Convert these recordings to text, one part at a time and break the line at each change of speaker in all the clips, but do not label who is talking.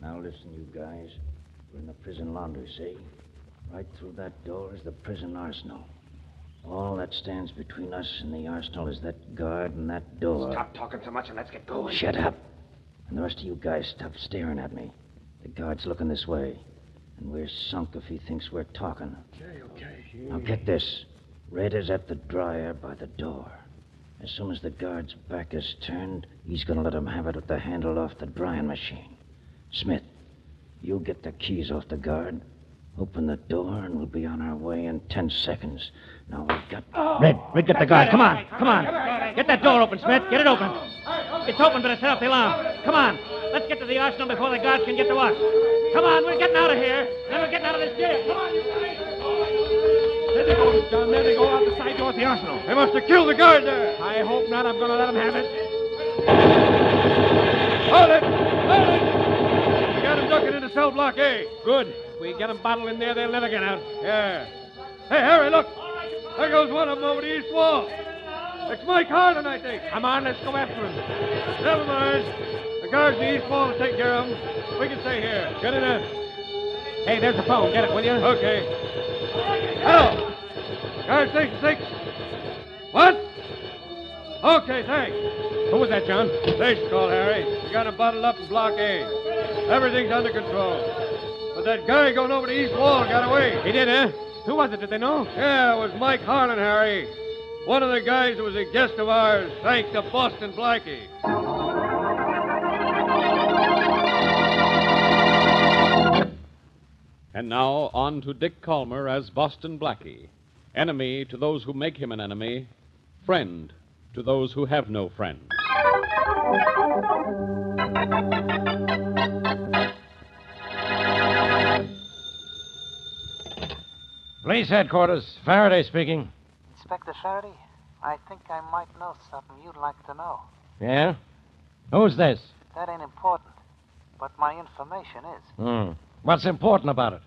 Now listen, you guys. We're in the prison laundry, see? Right through that door is the prison arsenal. All that stands between us and the arsenal is that guard and that door.
Stop talking so much and let's get going.
Oh, Shut up. And the rest of you guys stop staring at me. The guard's looking this way. And we're sunk if he thinks we're talking.
Okay, okay.
Now get this. Red is at the dryer by the door. As soon as the guard's back is turned, he's gonna let him have it with the handle off the drying machine. Smith, you get the keys off the guard. Open the door, and we'll be on our way in ten seconds. Now we've got
Oh.
Red. Red, get the guard. Come on, come on. Get that door open, Smith. Get it open.
It's open, but it set off the alarm. Come on. Let's get to the arsenal before the guards can get to us. Come on, we're getting out of here. And we're getting out of this jail. Come on, you guys. There they go, John. There they go out the side door at the arsenal. They must have killed the guard there. I hope not. I'm going to let them have it. Hold it. Hold it. We got them ducking into cell block eh? A. Good. If we get them bottled in there, they'll never get out. Yeah. Hey, Harry, look. There goes one of them over the east wall. It's Mike Harlan, I think. Come on, let's go after him. Never mind. The guards in the east wall will take care of him. We can stay here. Get it in. Hey, there's the phone. Get it, will you? Okay. Hello. Guard station six. What? Okay, thanks. Who was that, John? Station call, Harry. We got him bottled up in block A. Everything's under control. But that guy going over the east wall got away. He did, eh? Who was it? Did they know? Yeah, it was Mike Harlan, Harry. One of the guys who was a guest of ours, thanks to Boston Blackie.
And now on to Dick Calmer as Boston Blackie, enemy to those who make him an enemy, friend to those who have no friend.
Police headquarters. Faraday speaking.
Inspector Faraday, I think I might know something you'd like to know.
Yeah? Who's this?
That ain't important, but my information is.
Hmm. What's important about it?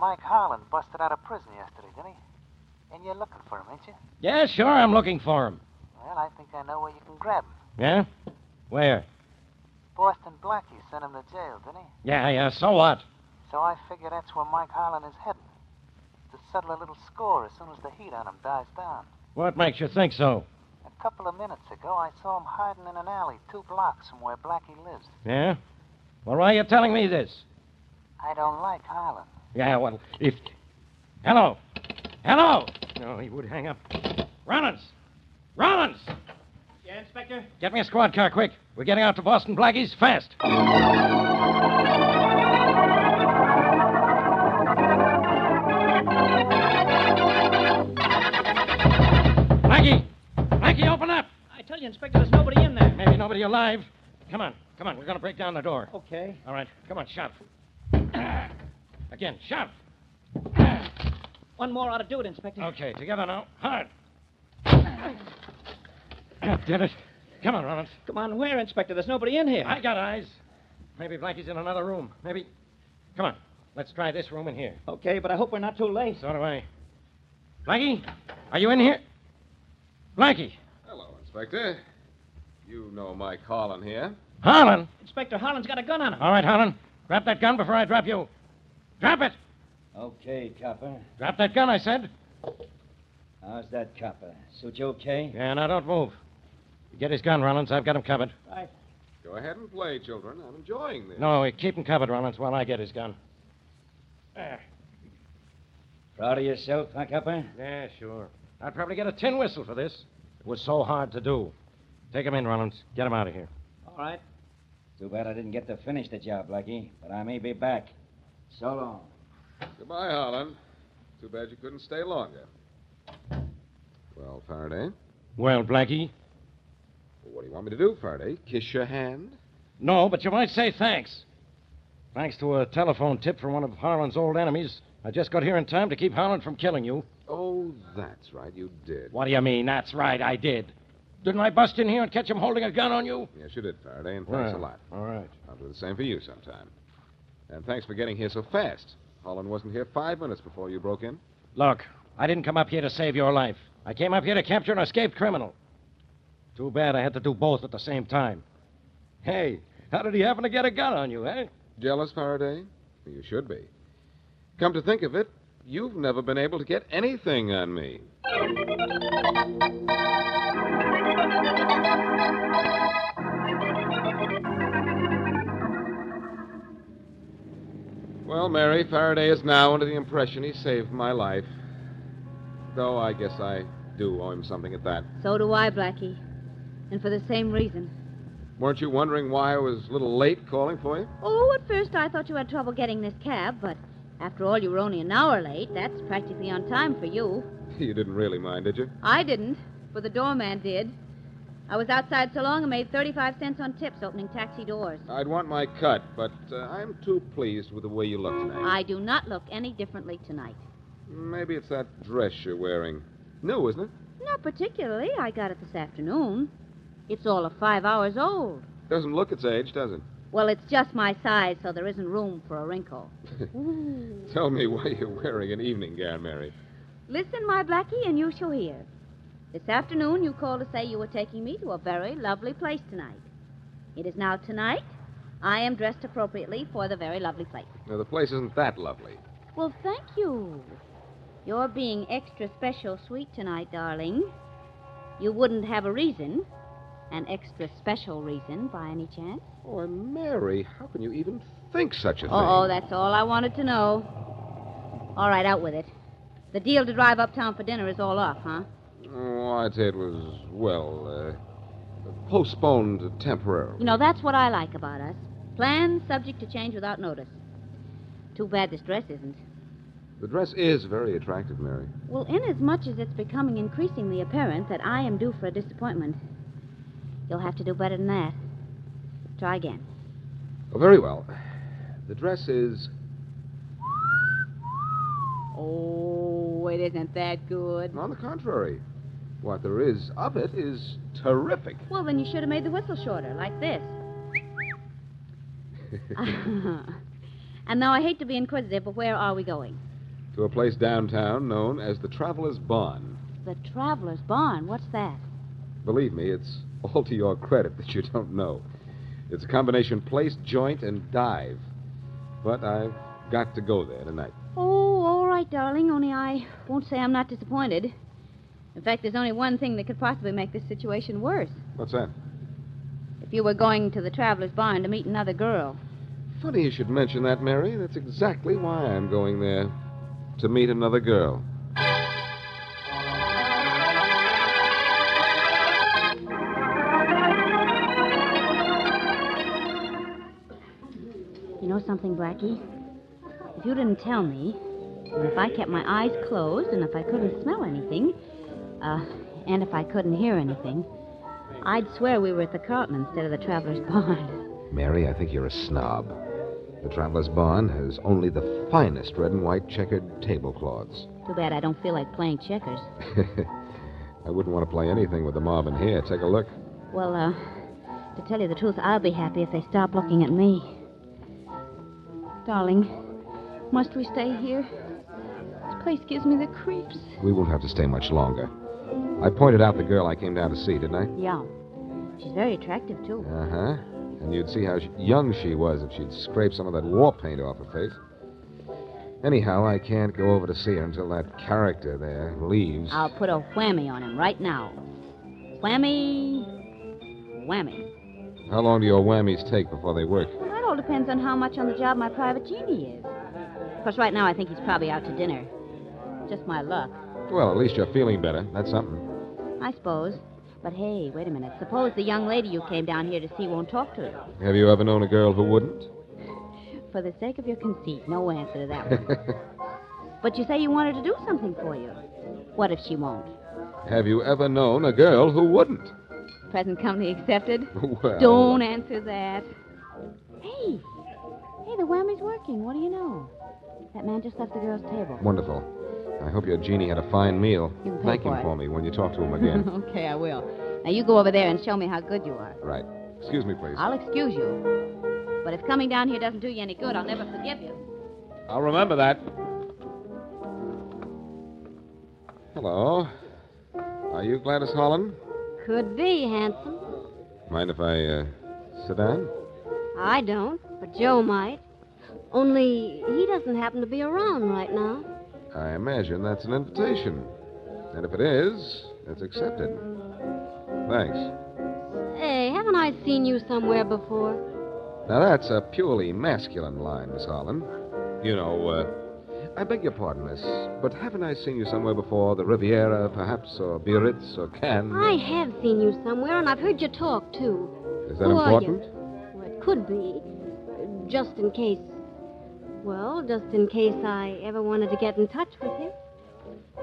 Mike Harlan busted out of prison yesterday, didn't he? And you're looking for him, ain't you?
Yeah, sure, I'm looking for him.
Well, I think I know where you can grab him.
Yeah? Where?
Boston Blackie sent him to jail, didn't he?
Yeah, yeah, so what?
So I figure that's where Mike Harlan is heading. To settle a little score as soon as the heat on him dies down.
What makes you think so?
A couple of minutes ago, I saw him hiding in an alley two blocks from where Blackie lives.
Yeah? Well, why are you telling me this?
I don't like Harlan.
Yeah, well, if. Hello! Hello! No, he would hang up. Rollins! Rollins!
Yeah, Inspector?
Get me a squad car quick. We're getting out to Boston Blackie's fast. Blackie! Blackie, open up!
I tell you, Inspector, there's nobody in there.
Maybe nobody alive. Come on, come on. We're going to break down the door.
Okay.
All right, come on, shove. Ah. Again, shove. Ah.
One more ought to do it, Inspector.
Okay, together now. Hard. God damn it. Come on, Rollins.
Come on, where, Inspector? There's nobody in here.
I got eyes. Maybe Blackie's in another room. Maybe. Come on. Let's try this room in here.
Okay, but I hope we're not too late.
So do I. Blackie, are you in here? Blackie.
Hello, Inspector. You know Mike Harlan here.
Harlan.
Inspector Harlan's got a gun on him.
All right, Harlan. Drop that gun before I drop you. Drop it.
Okay, copper.
Drop that gun, I said.
How's that copper? Suit you okay?
Yeah, now don't move. You get his gun, Rollins. I've got him covered.
Right.
Go ahead and play, children. I'm enjoying this.
No, we keep him covered, Rollins, while I get his gun.
Proud of yourself, huh, copper?
Yeah, sure. I'd probably get a tin whistle for this. It was so hard to do. Take him in, Rollins. Get him out of here.
All right.
Too bad I didn't get to finish the job, Blackie, but I may be back. So long.
Goodbye, Holland. Too bad you couldn't stay longer. Well, Faraday,
Well, Blackie?
what do you want me to do, Faraday? Kiss your hand?
No, but you might say thanks. Thanks to a telephone tip from one of Harlan's old enemies, I just got here in time to keep Harlan from killing you.
Oh, that's right, you did.
What do you mean? That's right, I did. Didn't I bust in here and catch him holding a gun on you?
Yes, you did, Faraday, and thanks
Well,
a lot.
All right.
I'll do the same for you sometime. And thanks for getting here so fast. Holland wasn't here five minutes before you broke in.
Look, I didn't come up here to save your life. I came up here to capture an escaped criminal. Too bad I had to do both at the same time. Hey, how did he happen to get a gun on you, eh?
Jealous, Faraday? You should be. Come to think of it, you've never been able to get anything on me. Well, Mary, Faraday is now under the impression he saved my life. Though I guess I do owe him something at that.
So do I, Blackie. And for the same reason.
Weren't you wondering why I was a little late calling for you?
Oh, at first I thought you had trouble getting this cab, but after all, you were only an hour late. That's practically on time for you.
You didn't really mind, did you?
I didn't, but the doorman did. I was outside so long and made 35 cents on tips opening taxi doors.
I'd want my cut, but uh, I'm too pleased with the way you look tonight.
I do not look any differently tonight.
Maybe it's that dress you're wearing. New, isn't it?
Not particularly. I got it this afternoon. It's all of five hours old.
Doesn't look its age, does it?
Well, it's just my size, so there isn't room for a wrinkle.
Tell me why you're wearing an evening gown, Mary.
Listen, my Blackie, and you shall hear. This afternoon, you called to say you were taking me to a very lovely place tonight. It is now tonight. I am dressed appropriately for the very lovely place.
Now, the place isn't that lovely.
Well, thank you. You're being extra special sweet tonight, darling. You wouldn't have a reason, an extra special reason, by any chance.
Oh, and Mary, how can you even think such a thing?
Oh, that's all I wanted to know. All right, out with it. The deal to drive uptown for dinner is all off, huh?
Oh, I'd say it was, well, uh, postponed temporarily.
You know, that's what I like about us. Plans subject to change without notice. Too bad this dress isn't.
The dress is very attractive, Mary.
Well, inasmuch as it's becoming increasingly apparent that I am due for a disappointment, you'll have to do better than that. Try again.
Oh, very well. The dress is.
Oh, it isn't that good.
On the contrary, what there is of it is terrific.
Well, then you should have made the whistle shorter, like this. and now I hate to be inquisitive, but where are we going?
To a place downtown known as the Traveler's Barn.
The Traveler's Barn. What's that?
Believe me, it's all to your credit that you don't know. It's a combination place, joint, and dive. But I've got to go there tonight.
Oh, all right, darling, only I won't say I'm not disappointed. In fact, there's only one thing that could possibly make this situation worse.
What's that?
If you were going to the Traveler's Barn to meet another girl.
Funny you should mention that, Mary. That's exactly why I'm going there. To meet another girl.
You know something, Blackie? If you didn't tell me, and if I kept my eyes closed, and if I couldn't smell anything, uh, and if I couldn't hear anything, I'd swear we were at the Carlton instead of the Traveler's Barn.
Mary, I think you're a snob. The Traveler's Barn has only the finest red and white checkered tablecloths.
Too bad I don't feel like playing checkers.
I wouldn't want to play anything with the Marvin here. Take a look.
Well, uh, to tell you the truth, I'll be happy if they stop looking at me. Darling, must we stay here? This place gives me the creeps.
We won't have to stay much longer. I pointed out the girl I came down to see, didn't I?
Yeah. She's very attractive, too.
Uh huh. And you'd see how sh- young she was if she'd scraped some of that war paint off her face. Anyhow, I can't go over to see her until that character there leaves.
I'll put a whammy on him right now. Whammy. Whammy.
How long do your whammies take before they work?
Well, that all depends on how much on the job my private genie is. Of course, right now I think he's probably out to dinner. Just my luck,
Well, at least you're feeling better. That's something.
I suppose. But hey, wait a minute. Suppose the young lady you came down here to see won't talk to you.
Have you ever known a girl who wouldn't?
For the sake of your conceit, no answer to that one. but you say you want her to do something for you. What if she won't?
Have you ever known a girl who wouldn't?
Present company accepted?
Well,
Don't answer that. Hey, hey, the whammy's working. What do you know? That man just left the girl's table.
Wonderful. I hope your genie had a fine meal.
You can pay
Thank him
for it.
for me when you talk to him again.
okay, I will. Now you go over there and show me how good you are.
right. Excuse me, please.
I'll excuse you. But if coming down here doesn't do you any good, I'll never forgive you.
I'll remember that.
Hello. Are you Gladys Holland?
Could be, handsome.
Mind if I uh, sit down?
I don't, but Joe might. Only he doesn't happen to be around right now.
I imagine that's an invitation. And if it is, it's accepted. Thanks.
Hey, haven't I seen you somewhere before?
Now that's a purely masculine line, Miss Harlan. You know, uh, I beg your pardon, miss, but haven't I seen you somewhere before? The Riviera, perhaps, or Biarritz, or Cannes?
I have seen you somewhere, and I've heard you talk, too.
Is that
Who are you?
important?
Well, it could be. Uh, Just in case. Well, just in case I ever wanted to get in touch with you.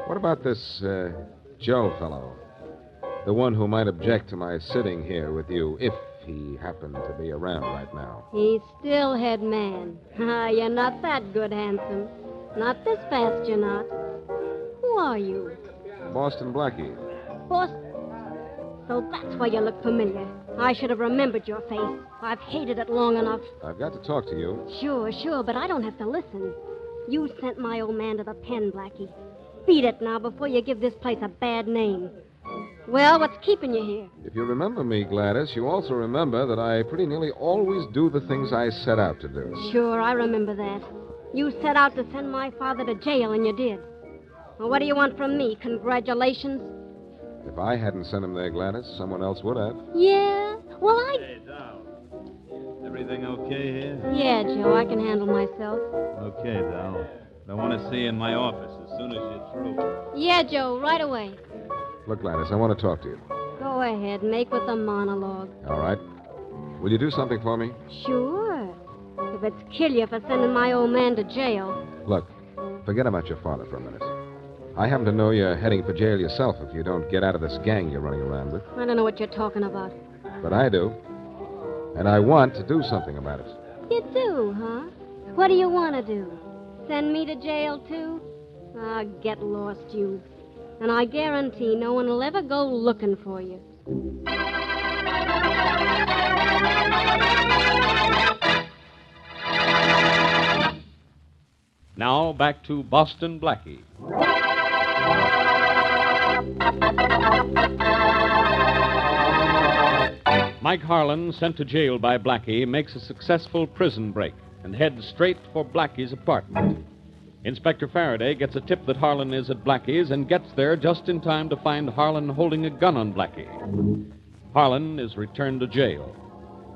What about this uh, Joe fellow? The one who might object to my sitting here with you if he happened to be around right now.
He's still head man. Ah, you're not that good, handsome. Not this fast, you're not. Who are you?
Boston Blackie.
Boss. So that's why you look familiar. I should have remembered your face. I've hated it long enough.
I've got to talk to you.
Sure, sure, but I don't have to listen. You sent my old man to the pen, Blackie. Beat it now before you give this place a bad name. Well, what's keeping you here?
If you remember me, Gladys, you also remember that I pretty nearly always do the things I set out to do.
Sure, I remember that. You set out to send my father to jail, and you did. Well, what do you want from me? Congratulations?
If I hadn't sent him there, Gladys, someone else would have.
Yeah? Well, I.
Everything okay here?
Yeah, Joe, I can handle myself.
Okay, Val. I want to see you in my office as soon as you're through.
Yeah, Joe, right away.
Look, Gladys, I want to talk to you.
Go ahead, make with the monologue.
All right? Will you do something for me?
Sure. If it's kill you for sending my old man to jail.
Look, forget about your father for a minute. I happen to know you're heading for jail yourself if you don't get out of this gang you're running around with.
I don't know what you're talking about.
But I do. And I want to do something about it.
You do, huh? What do you want to do? Send me to jail, too? Ah, get lost, you. And I guarantee no one will ever go looking for you.
Now back to Boston Blackie. Mike Harlan, sent to jail by Blackie, makes a successful prison break and heads straight for Blackie's apartment. Inspector Faraday gets a tip that Harlan is at Blackie's and gets there just in time to find Harlan holding a gun on Blackie. Harlan is returned to jail.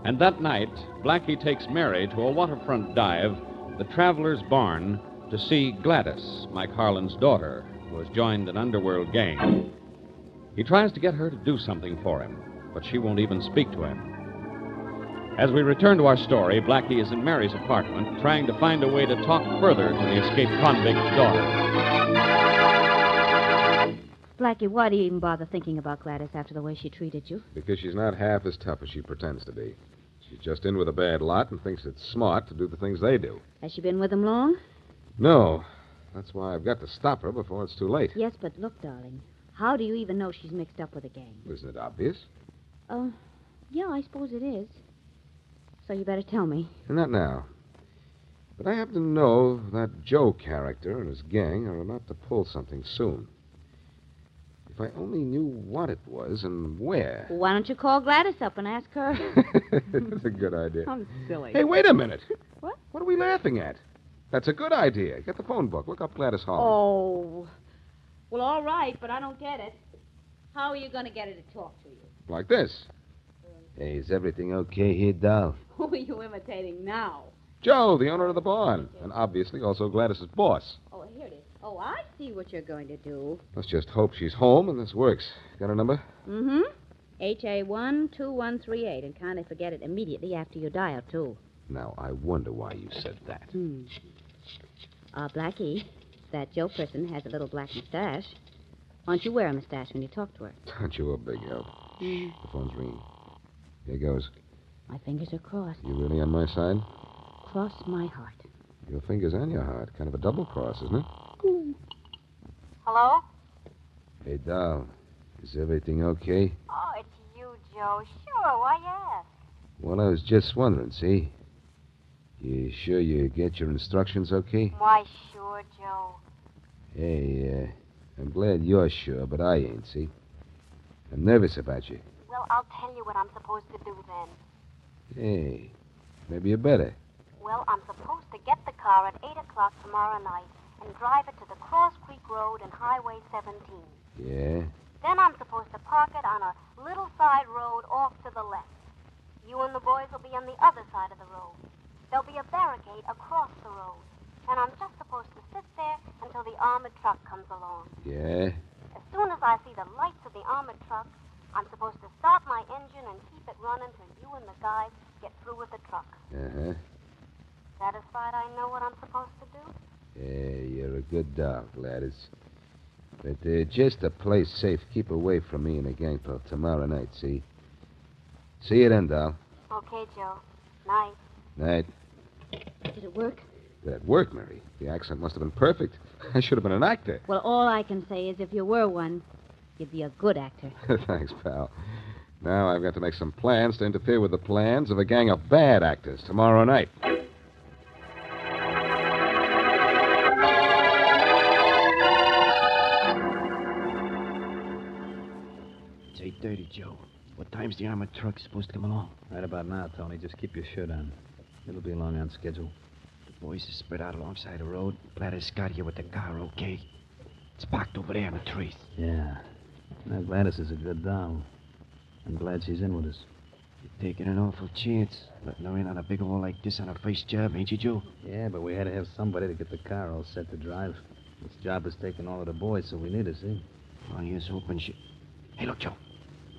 And that night, Blackie takes Mary to a waterfront dive, the Traveler's Barn, to see Gladys, Mike Harlan's daughter, who has joined an underworld gang. He tries to get her to do something for him, but she won't even speak to him. As we return to our story, Blackie is in Mary's apartment, trying to find a way to talk further to the escaped convict's daughter.
Blackie, why do you even bother thinking about Gladys after the way she treated you?
Because she's not half as tough as she pretends to be. She's just in with a bad lot and thinks it's smart to do the things they do.
Has she been with him long?
No. That's why I've got to stop her before it's too late.
Yes, but look, darling. How do you even know she's mixed up with a gang?
Isn't it obvious?
Oh, yeah, I suppose it is. So you better tell me.
Not now. But I happen to know that Joe character and his gang are about to pull something soon. If I only knew what it was and where.
Why don't you call Gladys up and ask her?
That's a good idea.
I'm silly.
Hey, wait a minute.
What?
What are we laughing at? That's a good idea. Get the phone book. Look up Gladys Hall.
Oh. Well, all right, but I don't get it. How are you going to get her to talk to you?
Like this. Hey, is everything okay here, doll?
Who are you imitating now?
Joe, the owner of the barn, and obviously also Gladys's boss.
Oh, here it is. Oh, I see what you're going to do.
Let's just hope she's home and this works. Got a number?
Mm-hmm. HA12138, and kindly forget it immediately after you dial, too.
Now, I wonder why you said that.
Hmm. Uh, Blackie, that Joe person has a little black mustache. Why don't you wear a mustache when you talk to her?
Aren't you a big help?
Mm.
The phone's ringing. Here goes.
My fingers are crossed.
You really on my side?
Cross my heart.
Your fingers and your heart. Kind of a double cross, isn't it?
Hello?
Hey, doll. Is everything okay?
Oh, it's you, Joe. Sure, why yes?
Well, I was just wondering, see? You sure you get your instructions okay?
Why, sure, Joe.
Hey, uh, I'm glad you're sure, but I ain't, see? I'm nervous about you.
Well, I'll tell you what I'm supposed to do then.
Hey, maybe you better.
Well, I'm supposed to get the car at 8 o'clock tomorrow night and drive it to the Cross Creek Road and Highway 17.
Yeah?
Then I'm supposed to park it on a little side road off to the left. You and the boys will be on the other side of the road. There'll be a barricade across the road. And I'm just supposed to sit there until the armored truck comes along.
Yeah?
As soon as I see the lights of the armored truck, I'm supposed to stop my engine and keep it running till you and the guys get through with the truck.
Uh huh.
Satisfied I know what I'm supposed to do?
Yeah, you're a good dog, Gladys. But uh, just to play safe, keep away from me and the gang till tomorrow night, see? See you then, doll.
Okay, Joe. Night.
Night.
Did it work?
Did it work, Mary? The accent must have been perfect. I should have been an actor.
Well, all I can say is if you were one, you'd be a good actor.
Thanks, pal. Now I've got to make some plans to interfere with the plans of a gang of bad actors tomorrow night.
It's 8.30, Joe. What time's the armored truck supposed to come along?
Right about now, Tony. Just keep your shirt on. It'll be long on schedule.
The boys are spread out alongside the road. Gladys got here with the car, okay? It's parked over there in the trees.
Yeah. Now, Gladys is a good doll. I'm glad she's in with us.
You're taking an awful chance, letting her in on a big hole like this on her first job, ain't you, Joe?
Yeah, but we had to have somebody to get the car all set to drive. This job is taking all of the boys, so we need her, see?
Well, here's hoping she. Hey, look, Joe.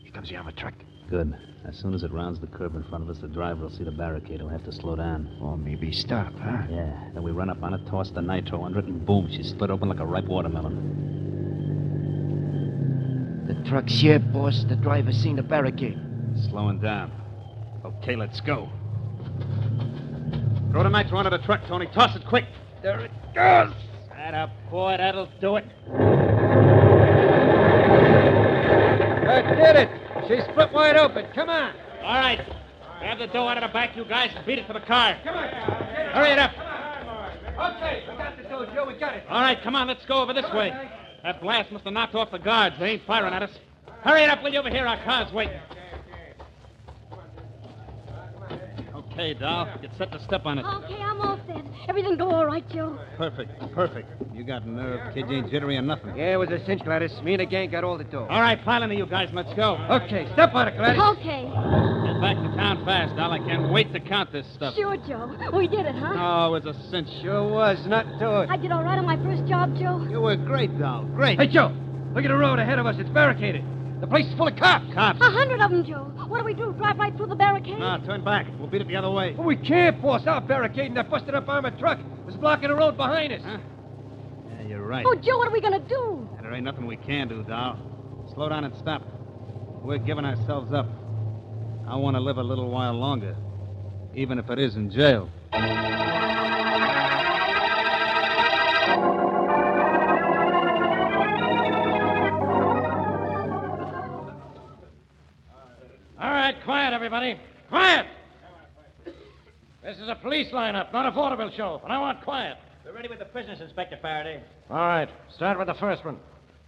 Here comes the armored truck.
Good. As soon as it rounds the curve in front of us, the driver will see the barricade. He'll have to slow down.
Or maybe stop, huh?
Yeah. Then we run up on it, toss the nitro under it, and boom, she's split open like a ripe watermelon.
The truck's here, boss. The driver's seen the barricade.
Slowing down. Okay, let's go. Throw the nitro under the truck, Tony. Toss it quick.
There it goes. That up, boy. That'll do it.
I did it. She split wide open. Come on.
All right. Grab the door out of the back, you guys, and beat it to the car.
Come on.
Hurry it up.
Okay, we got the door, Joe. We got it.
All right, come on. Let's go over this way. That blast must have knocked off the guards. They ain't firing at us. Hurry it up, will you? Over here. Our car's waiting. Okay, doll. Get set to step on it.
Okay, I'm all set. Everything go all right, Joe?
Perfect. Perfect. You got nerve, kid. You ain't jittery or nothing.
Yeah, it was a cinch, Gladys. Me and the gang got all the dough.
All right, pile into you guys. Let's go.
Okay, step on it, Gladys.
Okay.
Get back to town fast, doll. I can't wait to count this stuff.
Sure, Joe. We did it, huh?
Oh, it was a cinch.
Sure was. Not to it.
I did all right on my first job, Joe.
You were great, doll. Great.
Hey, Joe. Look at the road ahead of us. It's barricaded. The place is full of cops. Uh-huh.
Cops.
A hundred of them, Joe. What do we do? Drive right through the barricade?
No, turn back. We'll beat it the other way.
Well, we can't force our barricade and that busted up armored truck. It's blocking the road behind us.
Yeah, you're right.
Oh, Joe, what are we going to do?
There ain't nothing we can do, doll. Slow down and stop. We're giving ourselves up. I want to live a little while longer, even if it is in jail.
All right, quiet, everybody. Quiet! This is a police lineup, not a vaudeville show, and I want quiet.
We're ready with the prisoners, Inspector
Faraday.
All right, start with the first one.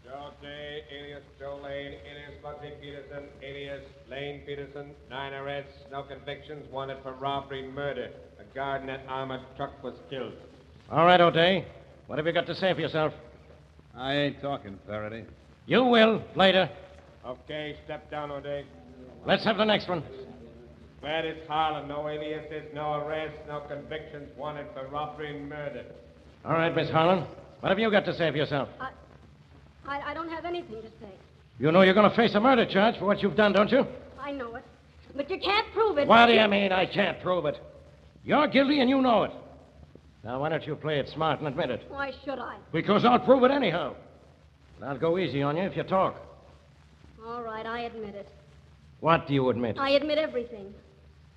Joe Day, alias Joe Lane, alias Bugsy Peterson, alias Lane Peterson. Nine arrests, no convictions, wanted for robbery, murder. A guard in an armored truck was killed.
All right, O'Day. What have you got to say for yourself?
I ain't talking, Faraday.
You will, later.
Okay, step down, O'Day.
Let's have the next one.
Where is Harlan? No aliases, no arrests, no convictions wanted for robbery and murder.
All right, Miss Harlan. What have you got to say for yourself?
I, I don't have anything to say.
You know you're going to face a murder charge for what you've done, don't you?
I know it. But you can't prove it.
What do you mean I can't prove it? You're guilty and you know it. Now, why don't you play it smart and admit it?
Why should I?
Because I'll prove it anyhow. And I'll go easy on you if you talk.
All right, I admit it.
What do you admit?
I admit everything.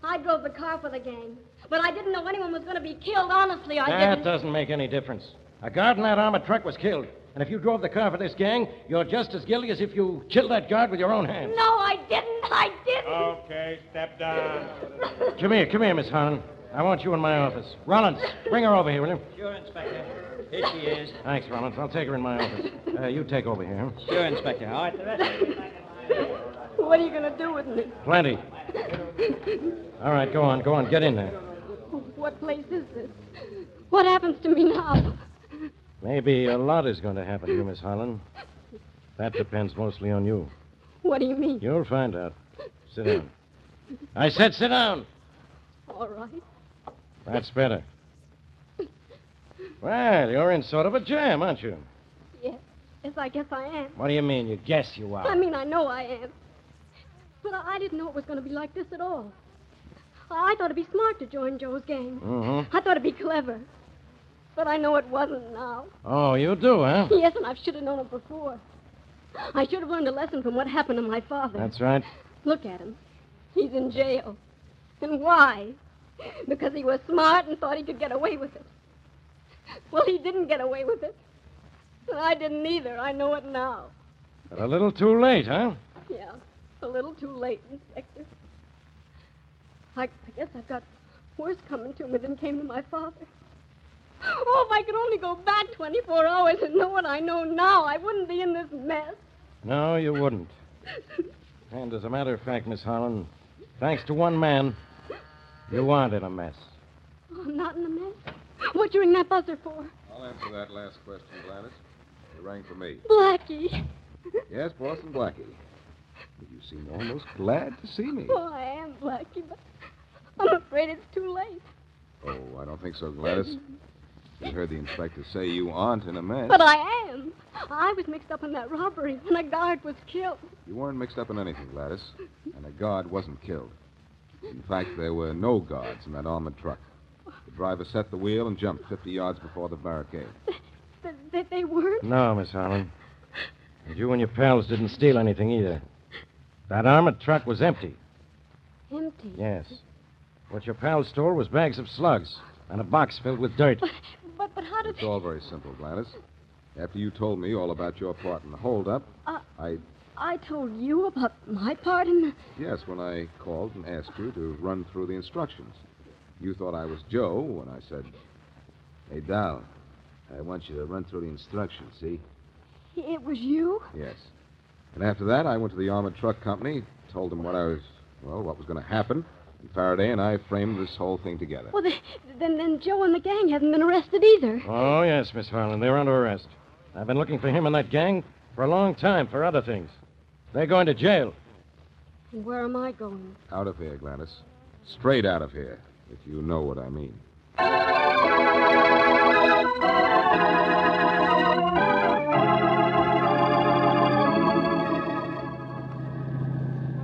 I drove the car for the gang, but I didn't know anyone was going to be killed. Honestly, I
that
didn't.
doesn't make any difference. A guard in that armored truck was killed. And if you drove the car for this gang, you're just as guilty as if you killed that guard with your own hands.
No, I didn't. I didn't.
Okay, step down.
Come here, come here, Miss Harlan. I want you in my office. Rollins, bring her over here, will you?
Sure, Inspector. Here she is.
Thanks, Rollins. I'll take her in my office. Uh, you take over here.
Sure, Inspector. All right.
What are you going to do with me?
Plenty. All right, go on, go on. Get in there.
What place is this? What happens to me now?
Maybe a lot is going to happen to you, Miss Harlan. That depends mostly on you.
What do you mean?
You'll find out. Sit down. I said sit down.
All right.
That's better. Well, you're in sort of a jam, aren't you?
Yes. Yes, I guess I am.
What do you mean? You guess you
I
are.
mean, I know I am. But I I didn't know it was going to be like this at all. I I thought it'd be smart to join Joe's gang.
Mm-hmm.
I thought it'd be clever. But I know it wasn't now.
Oh, you do, huh?
Yes, and I should have known it before. I should have learned a lesson from what happened to my father.
That's right.
Look at him. He's in jail. And why? Because he was smart and thought he could get away with it. Well, he didn't get away with it. And I didn't either. I know it now.
But a little too late, huh?
Yeah, a little too late, Inspector. I, I guess I've got worse coming to me than came to my father. Oh, if I could only go back 24 hours and know what I know now, I wouldn't be in this mess.
No, you wouldn't. And as a matter of fact, Miss Harlan, thanks to one man, you aren't in a mess.
Oh, I'm not in the mess. What you ring that buzzer for?
I'll answer that last question, Gladys. You rang for me.
Blackie.
Yes, Boston Blackie. You seem almost glad to see me.
Oh, I am Blackie, but I'm afraid it's too late.
Oh, I don't think so, Gladys. You heard the inspector say you aren't in a mess.
But I am. I was mixed up in that robbery, and a guard was killed.
You weren't mixed up in anything, Gladys. And a guard wasn't killed. In fact, there were no guards in that armored truck. The driver set the wheel and jumped 50 yards before the barricade.
Th- That they weren't?
No, Miss Harlan. And you and your pals didn't steal anything either. That armored truck was empty.
Empty.
Yes. What your pals stole was bags of slugs and a box filled with dirt.
But, but how did
It's all very simple, Gladys. After you told me all about your part in the holdup,
Uh,
I.
I told you about my part in the...
Yes, when I called and asked you to run through the instructions. You thought I was Joe when I said, Hey, Dal, I want you to run through the instructions, see?
It was you?
Yes. And after that, I went to the armored truck company, told them what I was, well, what was going to happen, and Faraday and I framed this whole thing together.
Well, th- then, then Joe and the gang haven't been arrested either.
Oh, yes, Miss Harlan. They're under arrest. I've been looking for him and that gang for a long time for other things. They're going to jail.
And where am I going?
Out of here, Gladys. Straight out of here, if you know what I mean.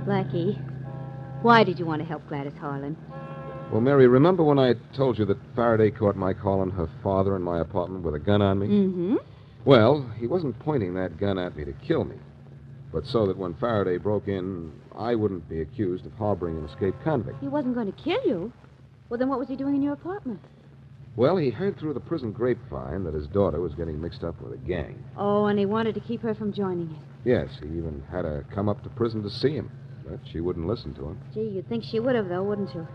Blackie, why did you want to help Gladys Harlan?
Well, Mary, remember when I told you that Faraday caught my calling her father in my apartment with a gun on me?
Mm-hmm.
Well, he wasn't pointing that gun at me to kill me, but so that when Faraday broke in, I wouldn't be accused of harboring an escaped convict.
He wasn't going to kill you. Well, then what was he doing in your apartment?
Well, he heard through the prison grapevine that his daughter was getting mixed up with a gang.
Oh, and he wanted to keep her from joining it.
Yes, he even had her come up to prison to see him, but she wouldn't listen to him.
Gee, you'd think she would have, though, wouldn't you?